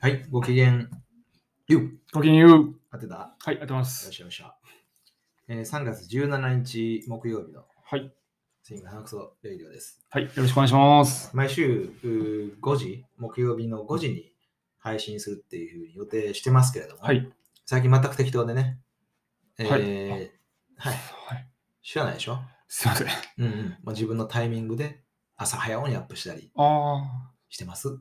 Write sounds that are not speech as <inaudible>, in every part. はい、ご機嫌。よっごきげんよう。当てたよはい、ありがとうございまっす。しゃよっしゃ、えー。3月17日木曜日のはい、スイングハンクソレイディオです。はい、よろしくお願いします。毎週うー5時、木曜日の5時に配信するっていうふうに予定してますけれども、はい、最近全く適当でね。えーははいい、はい、知らないでしょ、すいません。あうんうんまあ、自分のタイミングで朝早うにアップしたりあしてます。ー、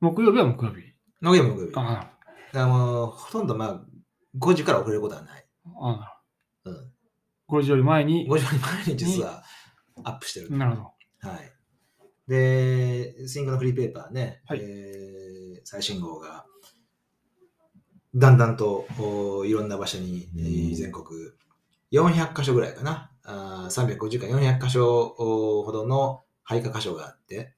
木曜日は木曜日。木曜日木曜日。だかあらもうほとんどまあ5時から遅れることはない。ーあうんー、5時より前に5、時まで毎日実はアップしてる。なるほはい。で、スイングのフリーペーパーね、はいえー最新号が、だんだんとおーいろんな場所に、えー全国400箇所ぐらいかな、あー350か400箇所おーほどの配下箇所があって、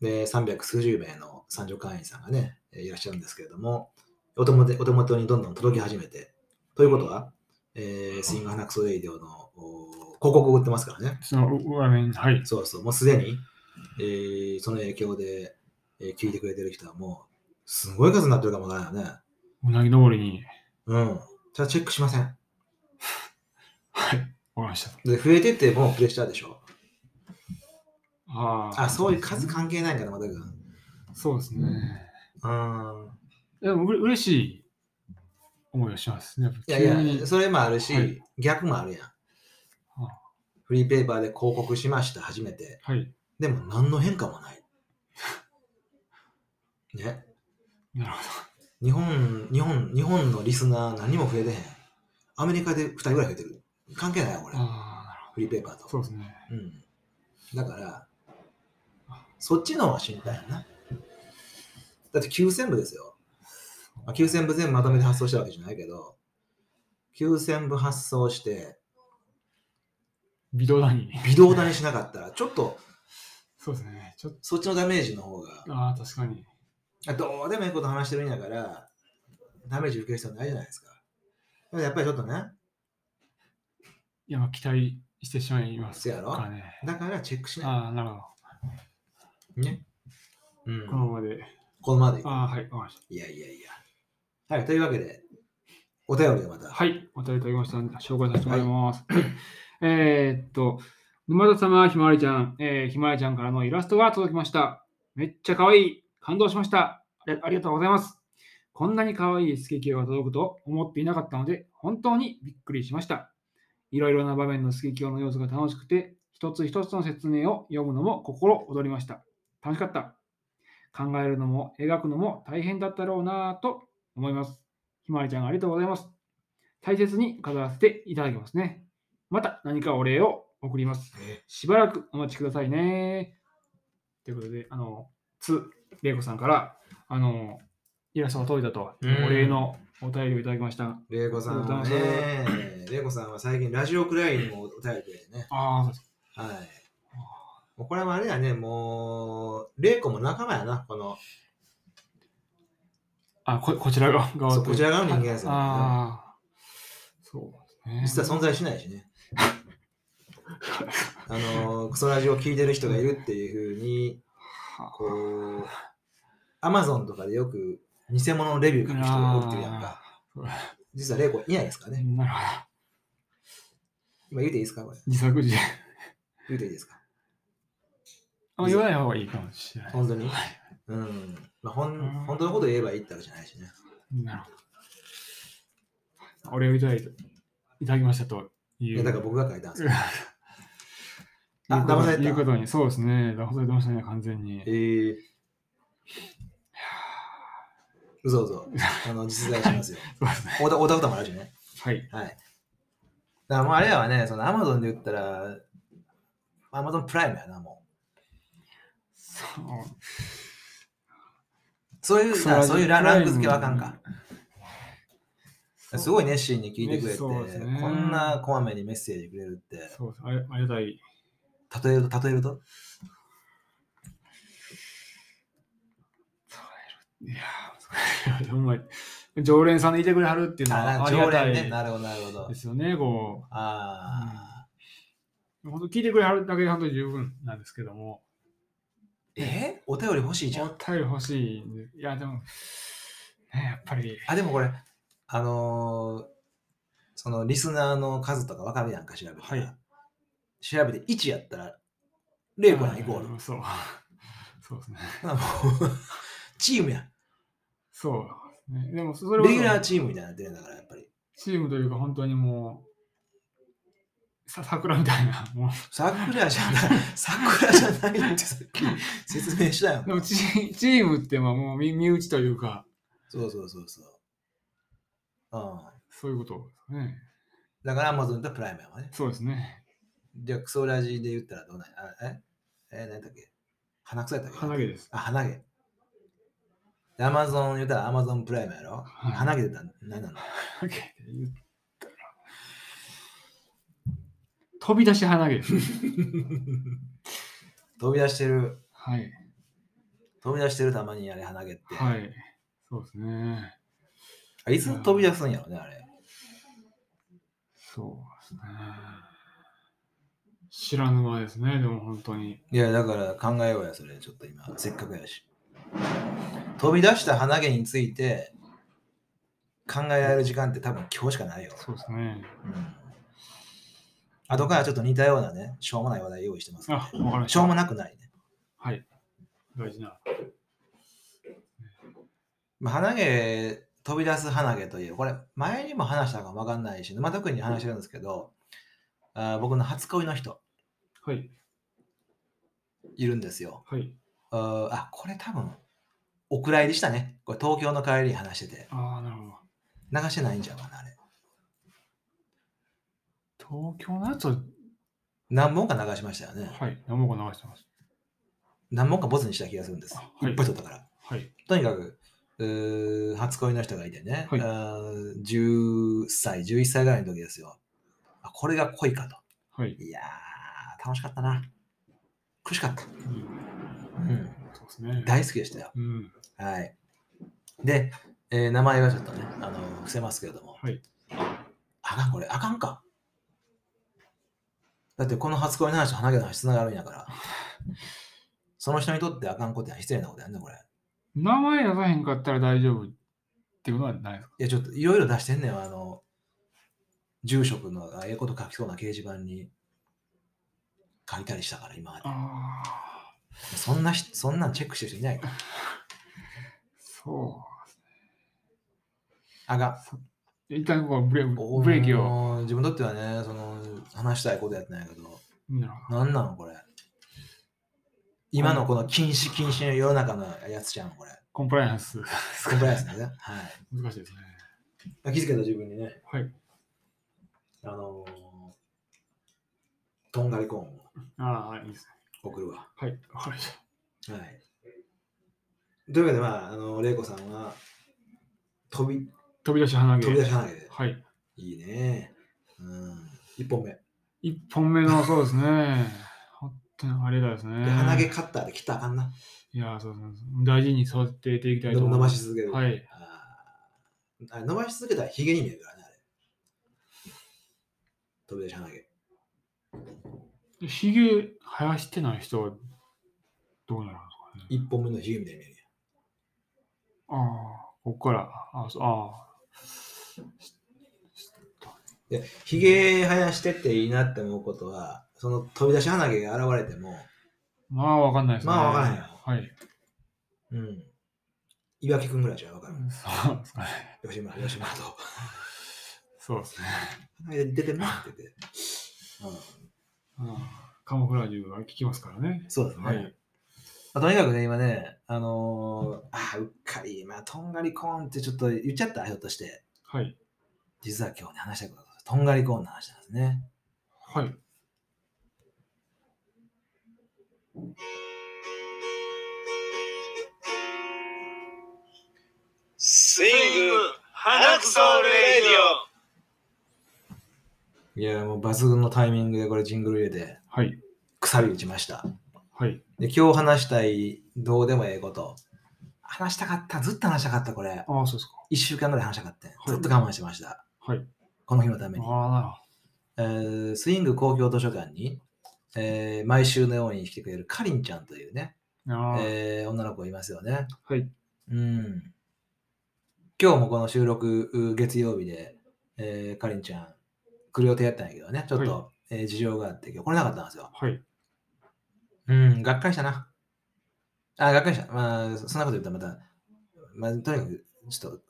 で、300数十名の参助会員さんがね、えーいらっしゃるんですけれども、お手元お手元にどんどん届き始めて、ということは、えースイング花クソレイディオのおー広告を売ってますからね。ど。その裏面、はい。そうそう、もうすでに、えーその影響で、えー聞いてくれてる人はもう、すごい数になってるかもわからないよね。うなぎ登りに。うん。じゃあチェックしません。はい、わかりました。で、増えてってもうプレッシャーでしょ。あーあ、そういう数関係ないんかな、またくん。うそうですね。ーん。でも、うれ嬉しい思いをしますね。っいぱや急いにや、それもあるし、はい逆もあるやん。フリーペーパーで広告しました、初めて。はい、でも何の変化もない。 <laughs> ね。なるほ日本、日本、日本のリスナー何も増えてへん。アメリカで2人ぐらい増えてる。関係ないよ、これど。。ああ、なるフリーペーパーと。ほど。そうですね。うん。だから、そっちの方が心配やな。だって9000部ですよ。まあ、9000部全部まとめて発送したわけじゃないけど、9000部発送して、微動だに。微動だにしなかったら、ちょっとそうですね。ちょっそっちのダメージの方が、と、ああ、確かに。どうでもいいこと話してるんやから、ダメージ受ける必要ないじゃないですか。でもやっぱりちょっとね、いや、まあ、期待してしまいますせやろからね。だからチェックしなああ、なるほど。い。ね。うんこ。のままで。このままでいく。ああ、はい、わかりました。いやいやいや。はい、というわけで、お便りでまた。はい、お便りいただきましたんで。紹介させてもらいます。えーっと、沼田様、ひまわりちゃん、えーひまわりちゃんからのイラストが届きました。めっちゃ可愛い。感動しました。ありありがとうございます。こんなに可愛いスケキヨが届くと思っていなかったので、本当にびっくりしました。いろいろな場面のスケキヨの様子が楽しくて、一つ一つの説明を読むのも心躍りました。楽しかった。考えるのも描くのも大変だったろうなぁと思います。ひまわりちゃんありがとうございます。大切に飾らせていただきますね。また何かお礼を送ります。えしばらくお待ちくださいね。ということで、あの、つ、れいこさんから、あの、イラストが届いたと、うんお礼のお便りをいただきました。玲子さんはありがとうござね、玲子さんは最近ラジオくらいにもお便りくれてね。ああ、そうです。はい。もうこれはあれだね、もう、玲子も仲間やな、この、あ、ここちら側側そうこちら側の人間ですよねああ、そうです実ね。は存在しないしね。 <laughs> あの、クソラジオを聞いてる人がいるっていうふうに、こう、アマゾンとかでよく偽物のレビュー書く人が多くてるやんか。実は玲子いないですからね。なるほ今言うていいですかこれ。ど。自作自演。言うていいですかあんま言わない方がいいかもしれない。本当にうん。まあ、ほん本当のこと言えばいいってわけじゃないしね。なるほど。お礼をいただいていただきましたとい。いうや、だから僕が書いたんですよ。あ、あ騙されたいうことに、そうですね。騙されてましたね、完全に。ええうぞうぞ。あの、実在しますよ。 <laughs> そうですね。おたおたこともあるしね。はい。はい。だからもうあれやわね、そのアマゾンで言ったら、アマゾンプライムやな、も。そうそういう、う。なそういうラランク付けはあかんか。。すごい。い熱心に聞いてくれて、そうですねこんなこまめにメッセージくれるって、そうです。ありありがたい。例えると、例えると、いや <laughs> ー、ほんまに。常連さんでいてくれはるっていうのあはあり常がた連いね。なるほど、なるほどで。すよね。こああ、う、本当聞いてくれはるだけで本当に十分なんですけども。ええお便り欲しいじゃおん。便り欲しいんで。いや、でも、ね、やっぱり、あ、でもこれ、あのーそのリスナーの数とかわかるやんか、調べて。はい調べて1やったら、0個なんイコール。うん <laughs> そう。そうですね。まあもう <laughs> チームやん。そうですね。でも、それレギュラーはチームみたいになってるんだから、やっぱり。チームというか、本当にもう、さ桜みたいな。 <laughs> も桜じ <laughs> ゃない、桜じゃないってさっき説明したようで。もチ、チームってまあもう身身内というか、そうそうそうそう。うん。そういうことですね。だから Amazon とプライムやわね。そうですね。じゃあ、クソラジで言ったらどうなんやあええ、何だっけ鼻くそやったっけ鼻毛です。あ、鼻毛。で、アマゾン言ったらアマゾンプライムやろ、はい鼻毛出たら何なの鼻毛で言ったら飛び出し鼻毛です。飛び出してる、はい。飛び出してるたまにあれ鼻毛って。はい。そうですね。あいつ飛び出すんやろね、あれ。そうですね。知らぬ間ですね、でも本当に。いや、だから考えようや、それ、ちょっと今、せっかくやし。飛び出した鼻毛について考えられる時間って多分今日しかないよ。そうですね。うん後からちょっと似たようなね、しょうもない話題用意してますんであ、わかりまししょうた。もなくないね。はい。大事な。まあ、鼻毛、飛び出す鼻毛という、これ、前にも話したかもわかんないし、まあ、特に話してるんですけど、あー僕の初恋の人、はい。いるんですよ。はい。あーあ、これ多分、お蔵入りしたね。これ、東京の帰りに話してて、ああ、なるほ流してないんじゃうかな、あれ。ど。東京のやつは、何本か流しましたよね。はい。何もか流してます。何本かボツにした気がするんです。あはいいっぱい撮ったから。はい。とにかく、うー初恋の人がいてね、はいあー10歳、11歳ぐらいの時ですよ。あこれが恋かと。はい。いやー、楽しかったな。苦しかった。うんうん、そうですね。大好きでしたよ。うん。はい。で、えー名前はちょっとね、あの伏せますけれども、はい。あかん、これ、あかんか。だって、この初恋の話と鼻毛の話つながるんやから、その人にとってあかんことや失礼なことやんね、これ。名前出さへんかったら大丈夫ってことはないですかいや、ちょっといろいろ出してんねん、あの、住職のあええこと書きそうな掲示板に書いたりしたから、今まで。ああ。そんなし、そんなんチェックしてる人いないから。そあが、う。一旦ここはブレおブレーキを。もう自分にとってはね、その、話したいことやってないけど、なるほなんなの、これ。今のこの禁止禁止の世の中のやつじゃん、<laughs> これ。コンプライアンス。コンプライアンスね。はい難しいですね。まあ。気づけた自分にね、はい。あのーとんがりコーンをああ、いいですね。送るわ。はい。わかりました。はい。というわけで、まあ、あの、玲子さんは、飛び、飛び出し鼻毛。飛び出し花毛で。はい。いいね。うん。一本目。一本目のそうですね。本当にあれだですね。で鼻毛カッターで切ったらあかんな。いや、そうそうそう大事に育てていきたいと思い伸まばす。し続ける。はい。あーあれ伸ばし続けたらヒゲに見えるからね、あれ。飛び出し花毛。ひげ生やしてない人はどうなるんですかね。一本目のヒゲみたいに見えるああ、ここから。あそうあやん。で、ヒゲ生やしてっていいなって思うことは、その飛び出し花毛が現れても、まあ、わかんないですね。まあわかんないよはい。うん。岩木くんぐらいじゃわかる。そうですかね。吉村、吉村と。そうですね。出てるなって言って。うんカモフラージュは効きますからね。そうですね。はい。まあ、とにかくね、今ね、あのーあー、うっかり、まあ、とんがりコーンってちょっと言っちゃった、ひょっとして。はい。実は今日ね、話したいことがとんがりコーンの話なんですね。はい。スイング花くそレディオいや、もう抜群のタイミングでこれジングル入れて、はい。くさび打ちました。はい。で、今日話したい、どうでもええこと。話したかった、ずっと話したかった、これ。ああ、そうですか。 1週間ぐらい話したかった。いずっと我慢してました。はい。この日のために。ああ、なるほど。えースイング公共図書館に、えー毎週のように来てくれるかりんちゃんというね、あーえー女の子いますよね。はい。うん。今日もこの収録、う月曜日で、えー、かりんちゃん、来る予定やったんやけどね、ちょっと、えー事情があって、今日来れなかったんですよ。はい。うん、がっかりしたな。あ、がっかりした。まあ、そそんなこと言ったらまた、まあ、とにかく、ちょっと、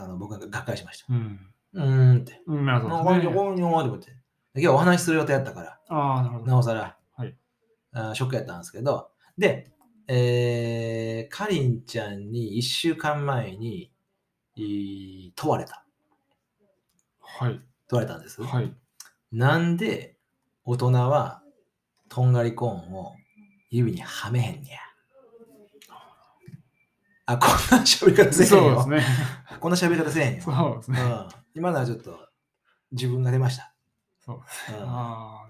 あの僕ががっかりしました。うん。うーんって。うん、なるあ、ほこどんでにすちね、は、こんにちは、って思って。で今日お話しする予定やったから、ああ、なるほど。なおさら、はいあショックやったんですけど、で、えー、かりんちゃんに1週間前に、い問われた。はい。問われたんです。はい。なんで大人はとんがりコーンを指にはめへんねや。あ、こんな喋り方せえへんそうでよ。す <laughs> ね。こんな喋り方せえへんよ。そうですね。うん、今のはちょっと自分が出ました。そううんあ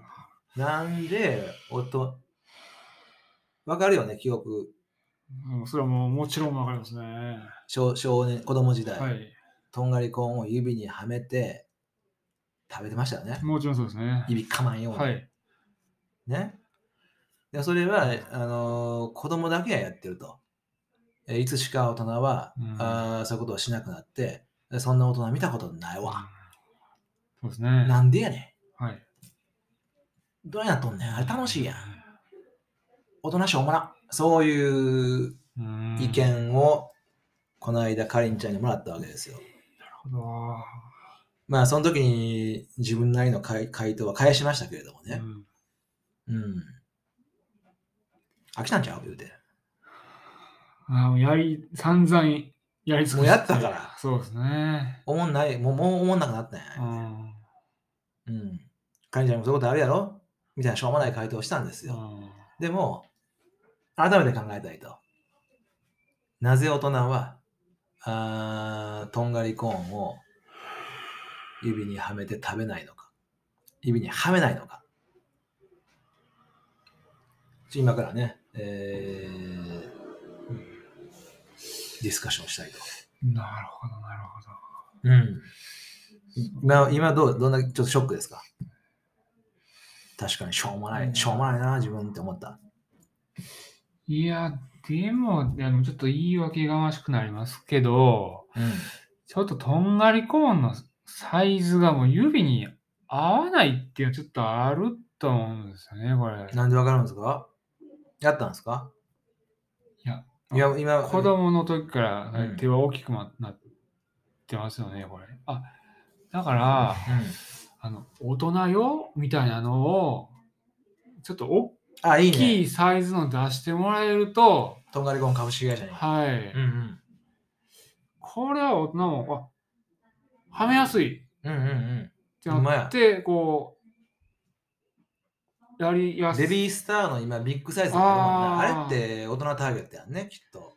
なんで音、わかるよね、記憶。あ、うんそれはもうもちろんわかりますね。少少年、子供時代、はい。とんがりコーンを指にはめて食べてましたよね。もちろんそうですね。指かまんように。はい。ね。でそれは、あのー子供だけがやってると。えいつしか大人は、うんあーそういうことをしなくなって、そんな大人見たことないわ。そうですね。なんでやねはい。ん。どうやっとんねん。あれ楽しいやん。大人しょうもな。そういううん。意なる見を、この間、かりんちゃんにもらったわけですよ。ほど。まあ、その時に自分なりの回回答は返しましたけれどもうね。んうん。飽きたんちゃう言うて。ああ、やり、散々やり尽くしてもうやったからそうですね。おもんない、もう、もうおもんなくなったんや。うん。うん。かりんちゃんにもそういうことあるやろみたいなしょうもない回答をしたんですうよ。んでも、改めて考えたいと。なぜ大人は、あーとんがりコーンを指にはめて食べないのか。指にはめないのか。ちょ今からね、えー、ディスカッションしたいと。なるほど、なるほど。うん。今、今どう、どんな、ちょっとショックですか確かにしょうもなうんい、しょうもないな、自分って思った。いや、でも、でもちょっと言い訳がましくなりますけど、うん。ちょっととんがりコーンのサイズがもう指に合わないっていうのはちょっとあると思うんですよね、これ。なんでわかるんですかやったんですかいや、いや、今、子供の時からうん手は大きくなってますよね、これ。あ、だから、うん。あの、大人よみたいなのを、ちょっと大あ、いいきね。いサイズの出してもらえると、とんがりコーン株式会社に。はい。うんうん。これは大人も、あ、はめやすい。うんうんってなって、こう、やりうやん。すベい。ビースターの今、ビッグサイズだと思うんだあーあれって大人ターゲットやんね、きっと。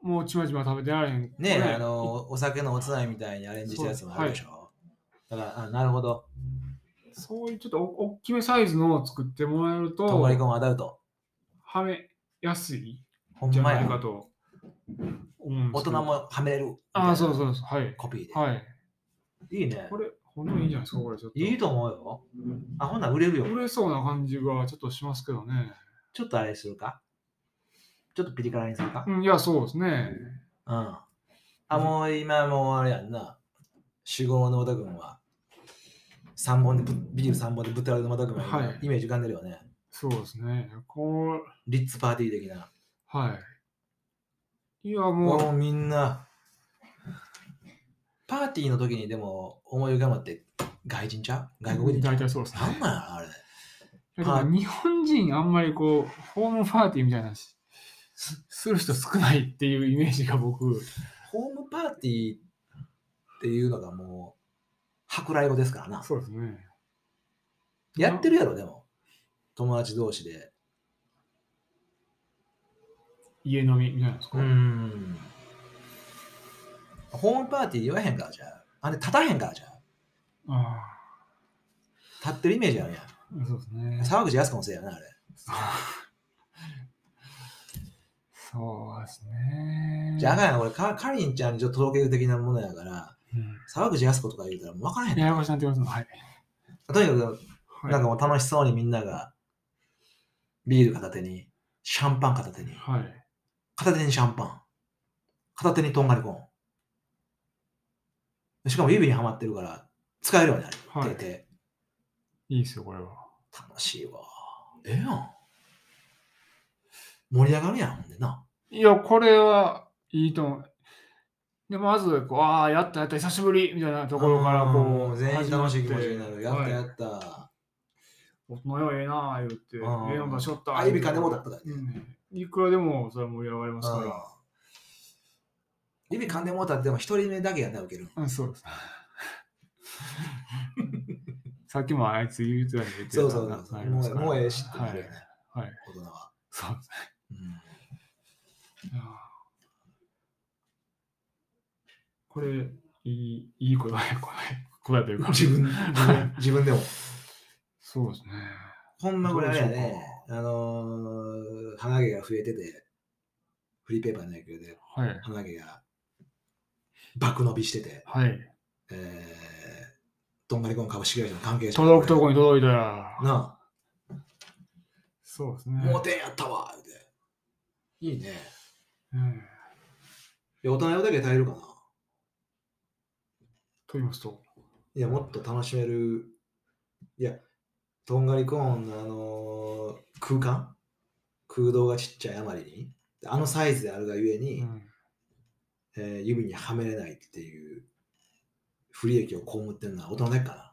もうちまちま食べてられへん。ねこれあ、の、お酒のおつまみみたいにアレンジしたやつもあるでしょ。だから、あなるほど。そういうちょっとお大きめサイズのを作ってもらえるとんがりと、コーンアダルト。はめやすいほんんじゃまないや。かと思うんで大すけ人ど。もはめれるみたいな。ああ、そうそうそう。はい。コピーで。はい。いいねこ。れ、ほんのいいんじゃないですか、これちょっと。いいと思うよ。あ、ほんなら売れるよ。売れそうな感じがちょっとしますけどね。ちょっとあれするかちょっとピリ辛にするかうん、いや、そうですね。うん。あ、もう今もうあれやんな。主語の太田君は、三本でぶ、ビール3本でぶったられる太田君は、はいイメージ浮かんでるよね。そうですね。こう、リッツパーティー的な。はい。いや、もうもみんな、パーティーの時にでも思い浮かぶのって外人ちゃう外国う、人ちゃ大う体そうですね。なんなんやろあれ。いやでもはい日本人あんまりこう、ホームパーティーみたいなのしすする人少ないっていうイメージが僕、ホームパーティーっていうのがもう、舶来語ですからな。そうですね。やってるやろ、でも。友達同士で。家飲みみたいなんですか、ん。ホームパーティー言わへんからじゃあ。あれ、立たへんからじゃあ。あ立ってるイメージあるやん。あ、そうですね。沢口靖子のせいやな、あれ。 <laughs> そうですね。じゃあ、あかんやん、俺、かかりんちゃんにちょっと届ける的なものやから、うん、沢口靖子とか言うたらもう分からへん。ややこしなってますね。はい。とにかく、はいなんかもう楽しそうにみんなが、ビール片手に、シャンパン片手に。はい。片手にシャンパン。片手にとんがりコーン。しかも指にはまってるから、使えるようになる。はい手でいいですよ、これは。楽しいわ。ええやん。盛り上がるやん、ほんでな。いや、これはいいと思う。で、まず、こう、ああ、やったやった、久しぶりみたいなところから、こうんう、全員楽しい気持ちになる。始やまっってたはいやった。大人よ、ええなあ、言って、ええうんの出しょった。あ、指金もだったからね。うんいくらでも、それは盛り上がりますかうん指噛んでもうたってでも一人目だけやったら受けるん。ら。うん、そう <laughs> です。さっきもあいつ言うてたんで言ってたそうそうそうなりもますう。からもうええしってなるよね、はい。はい。大人は。そうですうんね。いやこれ、いい、いい声だね、これ。声というか。自分自分自分でも。そうですね。ほんまこれあれやね、どあのー、鼻毛が増えてて、フリーペーパーの影響ではい。鼻毛が爆伸びしてて、はい。えー、どんがりこん株式会社の関係者。届くとこに届いたら。なそうですあ、ね。もうてんやったわって。いいね。うんいや、大人用だけで耐えるかな。と言いますと。いや、もっと楽しめる。いや、とんがりコーンのあのー空間空洞がちっちゃいあまりに、あのサイズであるがゆえうに、んえー指にはめれないっていう不利益を被ってるのは大人だけかな。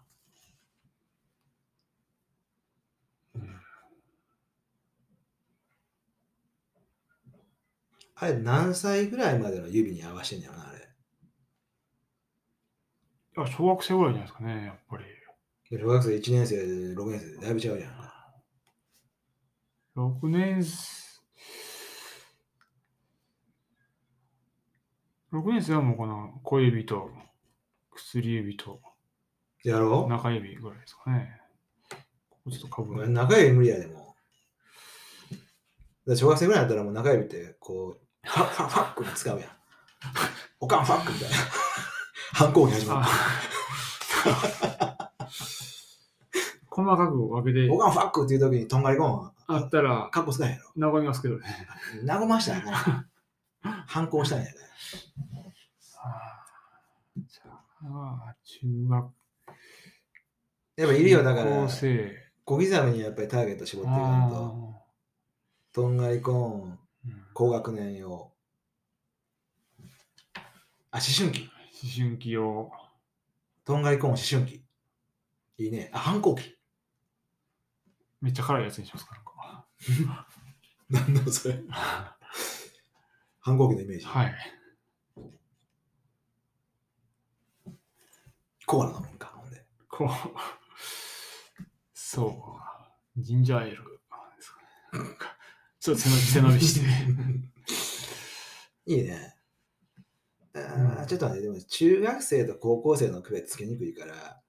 あれ、何歳ぐらいまでの指に合わせてんやろな、あれ。いや小学生ぐらいじゃないですかね、やっぱり。で小学生1年生、6年生でだいぶちゃうやんか。 6年生。6年生はもうこの小指と薬指とやろう中指ぐらいですかね。ここちょっとかぶごめる。ん中指無理やでも。だから小学生ぐらいだったらもう中指ってこう、ファファファックに使うやん。おかんファックみたいな。 <laughs> 反抗期始まっあ細かく分けてて。おかんファックっていう時にとんがりコーン、あったら、かっこつかへんやろ。和みますけどね。和ま <laughs> したんやな。反抗したんやね。あーじゃあ、中学やっぱいるよ、だから高、生。小刻みにやっぱりターゲット絞っていかんと。あとんがりコーン、ーうん高学年用。あ、思春期。思春期を。とんがりコーン、思春期。いいね。あ、反抗期。めっちゃ辛いやつにしますかなんか。なんだそれ。反抗期のイメージ。はい。コーラ飲むんか、ほんで。こう。そう。ジンジャーエールですかね。なんかちょっと背伸び背伸び <laughs> して。 <laughs> いいね。あーちょっと待って、でも中学生と高校生の区別つけにくいから、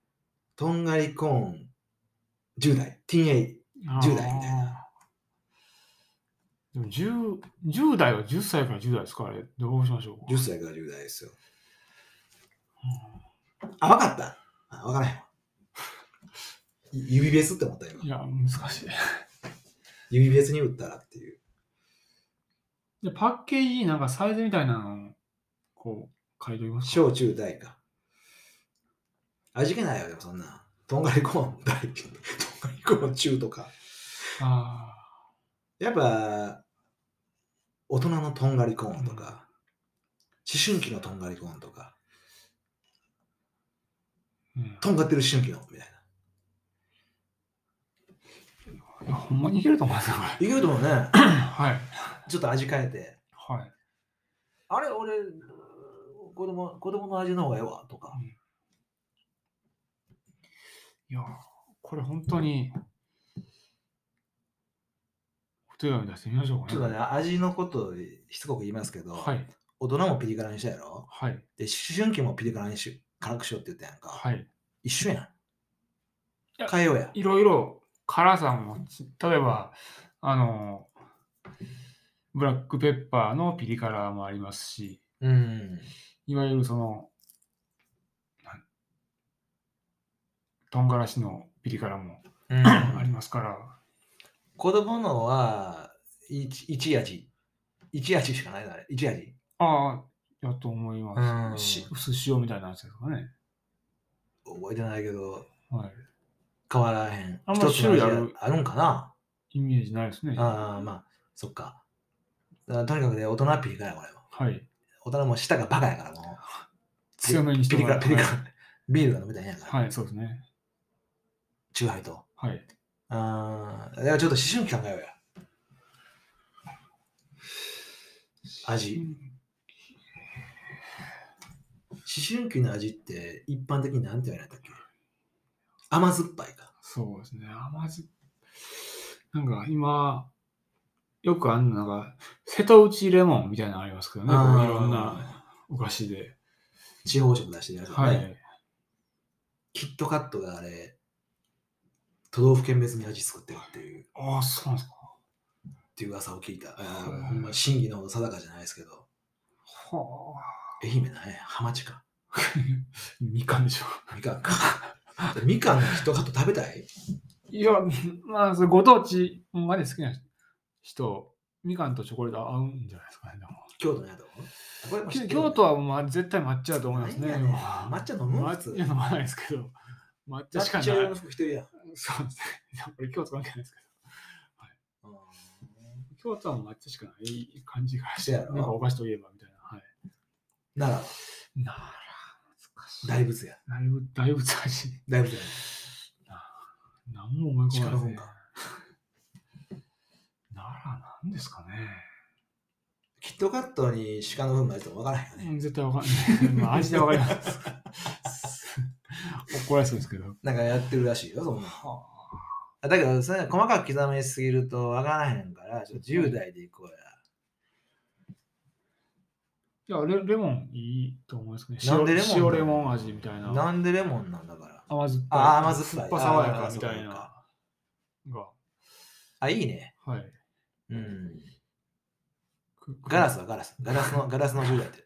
とんがりコーン、10代、ティーンエイ、10代みたいなあー。でも 10, 10代は10歳から10代ですかあれ。どうしましょう10歳から10代ですよ。あ、わかった。あ、わからへんわ。い指ベースって思った今い。や、難しい。指ベースに打ったらっていう。でパッケージになんかサイズみたいなのをこう書いておきますか小中大か。味気ないよ、でもそんな。とんがりコーン大、とんがりコーン中とか。あやっぱ、大人のとんがりコーンとか、うん思春期のとんがりコーンとか、ー、うんとんがってる思春期のみたいな。いや。ほんまにいけると思いますよ、こいけると思うね。 <coughs> れ。はい。ちょっと味変えて、はい。あれ、俺、子供子供の味の方がええわとか。いやー、これ本当に、お手紙出してみましょうかね。ちょっとね、味のことしつこく言いますけど、はい、大人もピリ辛にしたやろはい、で、思春期もピリ辛にし辛くしようって言ったやんか。はい。一緒ややん。変えようや。いろいろ辛さもち、例えば、あのー、ブラックペッパーのピリ辛もありますし、うん。いわゆるその、なん唐辛子のピリ辛も <coughs> うありん、ますから、子供のは、一一味。一味しかないのあれ。一味。ああ、やと思いまうんす。し薄塩みたいなやつですかね。覚えてないけど、はい。変わらへん。あんま一つの味種類あるあるんかなイメージないですね。はああ、まあ、そっか。あとにかくね、大人ピリ辛や、これは。い。大人も舌がバカやから、もう。強めにしてピリもら辛、ってピリ辛。ビールが飲みたいんやから。はい、そうですね。チューハイと。はい。ああ、いやちょっと思春期考えようや。味。思春期の味って一般的になんて言われたっけ甘酸っぱいか。そうですね。甘酸っなんか今、よくあるのなんか、瀬戸内レモンみたいなのありますけどね。こあうーいろんなお菓子で。地方食出してるやつ、ねはい。キットカットがあれ、都道府県別に味作ってるっていう、っああ、そうなんですか。ていう噂を聞いた。あはいーほんま真偽のほど定かじゃないですけど、はあ。 <laughs> 愛媛なんや、ハマチか。みかんでしょ。みか <laughs> んか。みかんのキットカット食べたいいや、まあ、それご当地、ほんまで好きな人、みかんとチョコレート合うんじゃないですかね。でも京都のやつこれも知ってきる京都はまあ絶対抹茶だと思いますね。なでいんやもね抹茶飲む抹や茶つ飲まないですけど、抹茶しかな抹い。そ茶う用でのすね服着てるやん。。いやこれ京都関係ないですけうんど、京都は抹茶しかない感じがして、せやなんろかお菓子といえばみたいな。はい。奈なら、難し良、い。大仏や。だいぶ、だいぶ難しい。大仏や。何も思い込まないですね力本。なら、何ですかね。キットカットに鹿の糞がいると分からへんよね。うん絶対わかん <laughs> ない。まあ味でわかります。怒られそうですけど。なんかやってるらしいよ、そんなんだけど、それ細かく刻みすぎると分からへんから、ちょっと10代でいこうや。いやレ、レモンいいと思いますけどね。なん塩でレレモンモン塩レモン味みたいな。なんでレモンなんだから。甘酸っぱい。あ甘酸っぱい酸っぱ爽やあかーみたいそうなか。が、あ、いいね。はい。うん。くくガラスはガラス。ガラス <laughs> の、ガラスの10代って。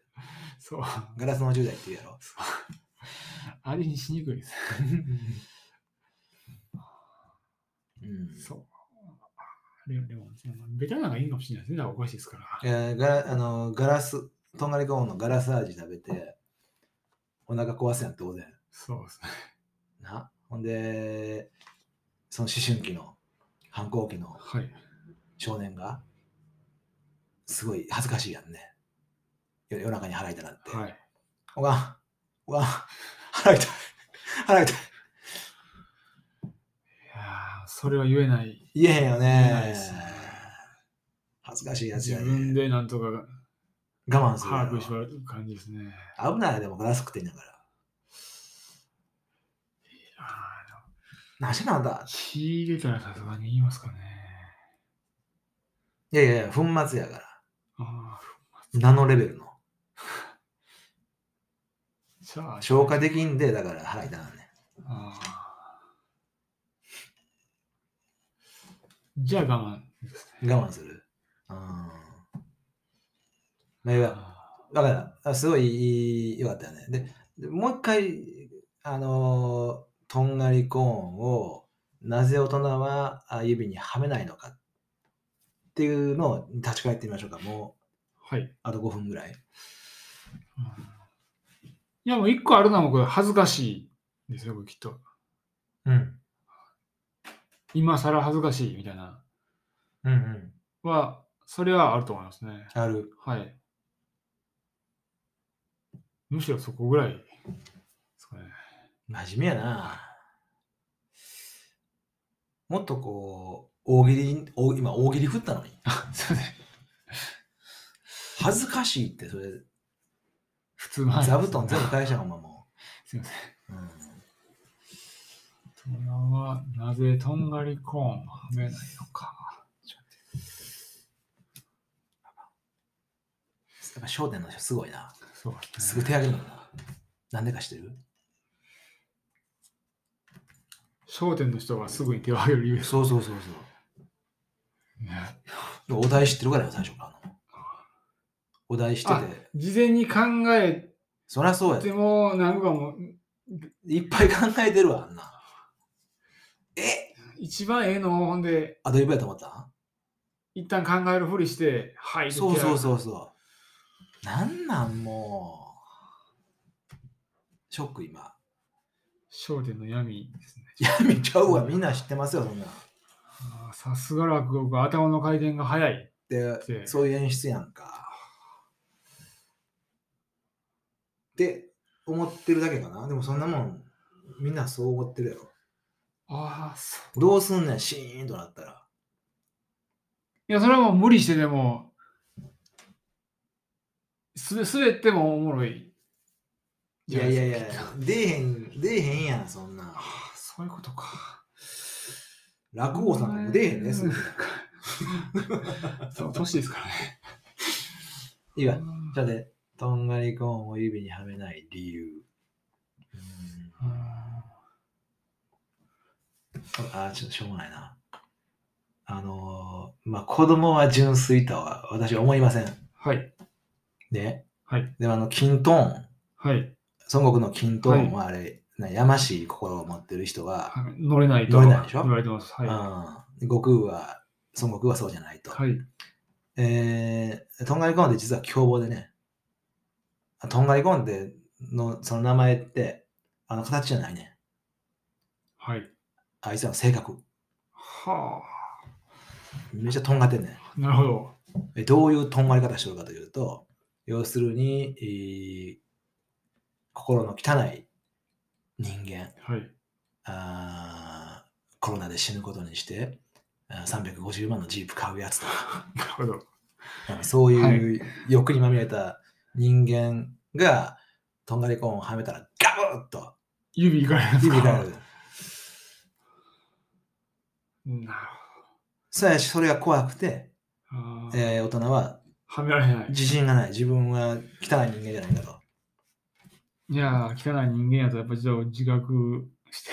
そう。 <laughs> ガラスの10代って言うやろ。そう味にしにくいです。うん。そう。レレモンですね。ベタなのがいいかもしれないですね。だからお菓子ですから。えーガラあのガラス、とんがりコーンのガラス味食べて、お腹壊すやん、当然。そうですね。な。ほんで、その思春期の、反抗期のはい。少年が、すごい恥ずかしいやんね。夜夜中に腹痛なって。はい。おかん、おかん、腹痛い、 <laughs> 腹痛い。いやーそれは言えない。言えへんよ言えないねっすね。恥ずかしいやつ自や分ね。でなんとか我慢するや把ろ握し。ばる感じですね。危ないよでもガラス食ってんやから。あーなしなんだ。血入れたらさすがに言いますかね。いやいやいや、粉末やから。あナノレベルの。あ、じゃあ、消化できんで、だから腹痛なんね。あーじゃあ我慢ですね。我慢する。うん。まあ、いや、あだから、あすごい良かったよね。で、でもう一回、あのーとんがりコーンを、なぜ大人はあ指にはめないのかっていうのを立ち返ってみましょうか。も、。ーはいうあと5分ぐらい。いや、もう一個あるのは僕、恥ずかしいですよ、僕きっと。うん。今更恥ずかしいみたいな。うんうん。は、それはあると思いますね。ある。はい。むしろそこぐらいですかね。真面目やな。もっとこう、大喜利、大今大喜利振ったのに。そうですね。恥ずかしいって、それ、普通の話です座布団全部返したかも、もすいません。う。うん大人はなぜとんがりコーンをはめないのか。やっぱ商店の人すごいな。そうですすね。ぐ手挙げるのな。なんでか知ってる商店の人がすぐに手を挙げる理由です。そうそうそうねそう。お題知ってるからよ、最初からの。お題知ってて。事前に考えそりゃそうやてで。も、なんかもう、いっぱい考えてるわ、あんな。え一番ええのをほんで、アドリブやと思った一旦考えるふりして、はい、そうそうう。そうそう。なんなんもう。ショック今。 <laughs> 焦点の闇ですね。闇ちゃうわ、みんな知ってますよ、そんなん。あーさすが落語家、頭の回転が早い。で、でそういう演出やんか。って思ってるだけかな。でもそんなもん、みんなそう思ってるやろ。ああ、そう。どうすんねん、シーンとなったら。いや、それはもう無理してでも、すべ、すべてもおもろい。いやいやいやじゃないですか、出えへん、出えへんやん、そんなん。あーそういうことか。落語さんとかも出えへんね、すぐ。 <laughs> そう、年ですからね。いいわ。じゃあね、とんがりコーンを指にはめない理由。うんあーちょっとしょうもないな。あのーまあ、子供は純粋とは私は思いません。はい、で、はい、でもあの、キントーン、はい。孫悟空のキントーンはあれ、なやましい心を持ってる人は、乗れないと乗れないでしょ言われてます。はい。はうん、悟空は、孫悟空はそうじゃないと。い。えー、とんがりコーンって実は凶暴でね、あとんがりコーンっての、その名前って、あの、形じゃないね。はい。あいつらの性格。はめっちゃとんがってんねん。あ。なるほど。えどういうとんがり方してるかというと、要するに、えー心の汚い人間はい。あー、コロナで死ぬことにして、あー350万のジープ買うやつとか、なるほど。なんかそういう欲にまみれた人間が、とんがりコーンをはめたら、ガブッと指いかれます指かがある。なるさやし、それが怖くて、ほど。あーえー大人ははめられない。自信がない。自分は汚い人間じゃないんだと。いやー、汚い人間やと、やっぱりちょっと自覚して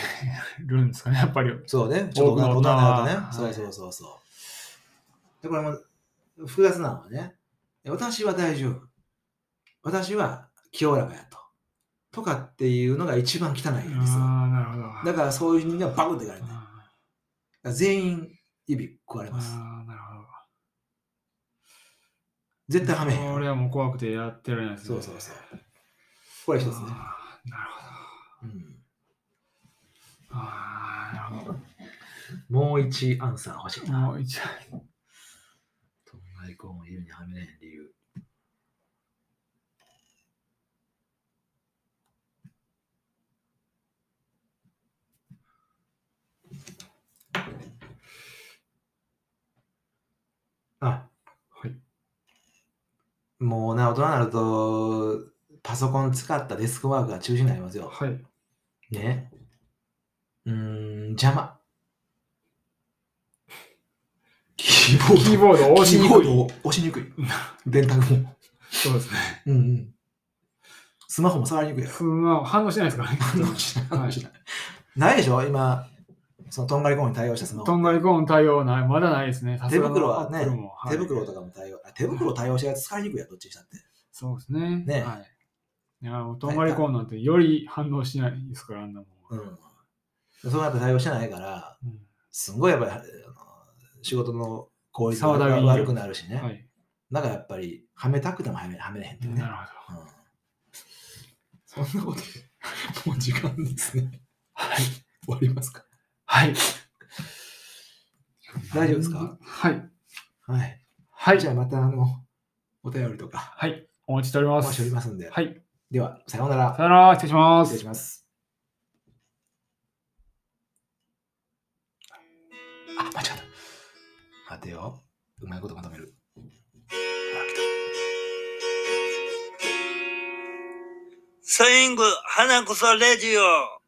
るんですかね、やっぱり。そうね、ちょっと大人多にくの大人なはるとね。そはういそうそうそう。で、これも複雑なのはね、私は大丈夫。私は清らかやと。とかっていうのが一番汚いんですよ。ああ、なるほど。だからそういう人間はバグっていかれて、ね、だかあら全員指食われーます。あー、なるほど。絶 <laughs> 対はめへん。俺はもう怖くてやってられないです、そね。うそうそう。これ一つね。あーなるほど。うん、ああ、なるほもう一アンサー欲しいど。な。もう一度。とんがりコーンを指にはめない理由。あ、はい。もうな、大人になると、パソコン使ったデスクワークが中心になりますよ。はい。ね。うーん、邪魔。キーボキーーボードをド。押しにくい。を押しにくい。電卓も。そうですね。うんうん。スマホも触りにくいやろそんな反応しないですからね。反応しないはい反応しない <laughs> ないでしょ今、そのとんがりコーンに対応したスマとんホ。がりコーン対応ない。まだないですね。さすがの手袋はね Apple もはい手袋とかも対応。あ手袋対応したやつ使いにくいやんどっちにしたって。そうですね。ねはい。いや、もうとんがりコーンなんてより反応しないですから、あんなも。うんん。そうやって対応してないから、うんすんごいやっぱりあの仕事の効率が沢田がいい悪くなるしね。はい。だからやっぱり、はめたくてもはめはめれへんっていうねな。るほど。そんなことで、もう時間ですね。はい。終わりますか。はい。大丈夫ですかはい。はい。はい。じゃあまた、あの、お便りとか、はい。お待ちしておりおま待ちしておりす。ますんで。はい。では、さようならさ。よなら。失礼しま失す礼。します。あ、間違った。待てよ。うまいことまとめる。スイング花草レディオ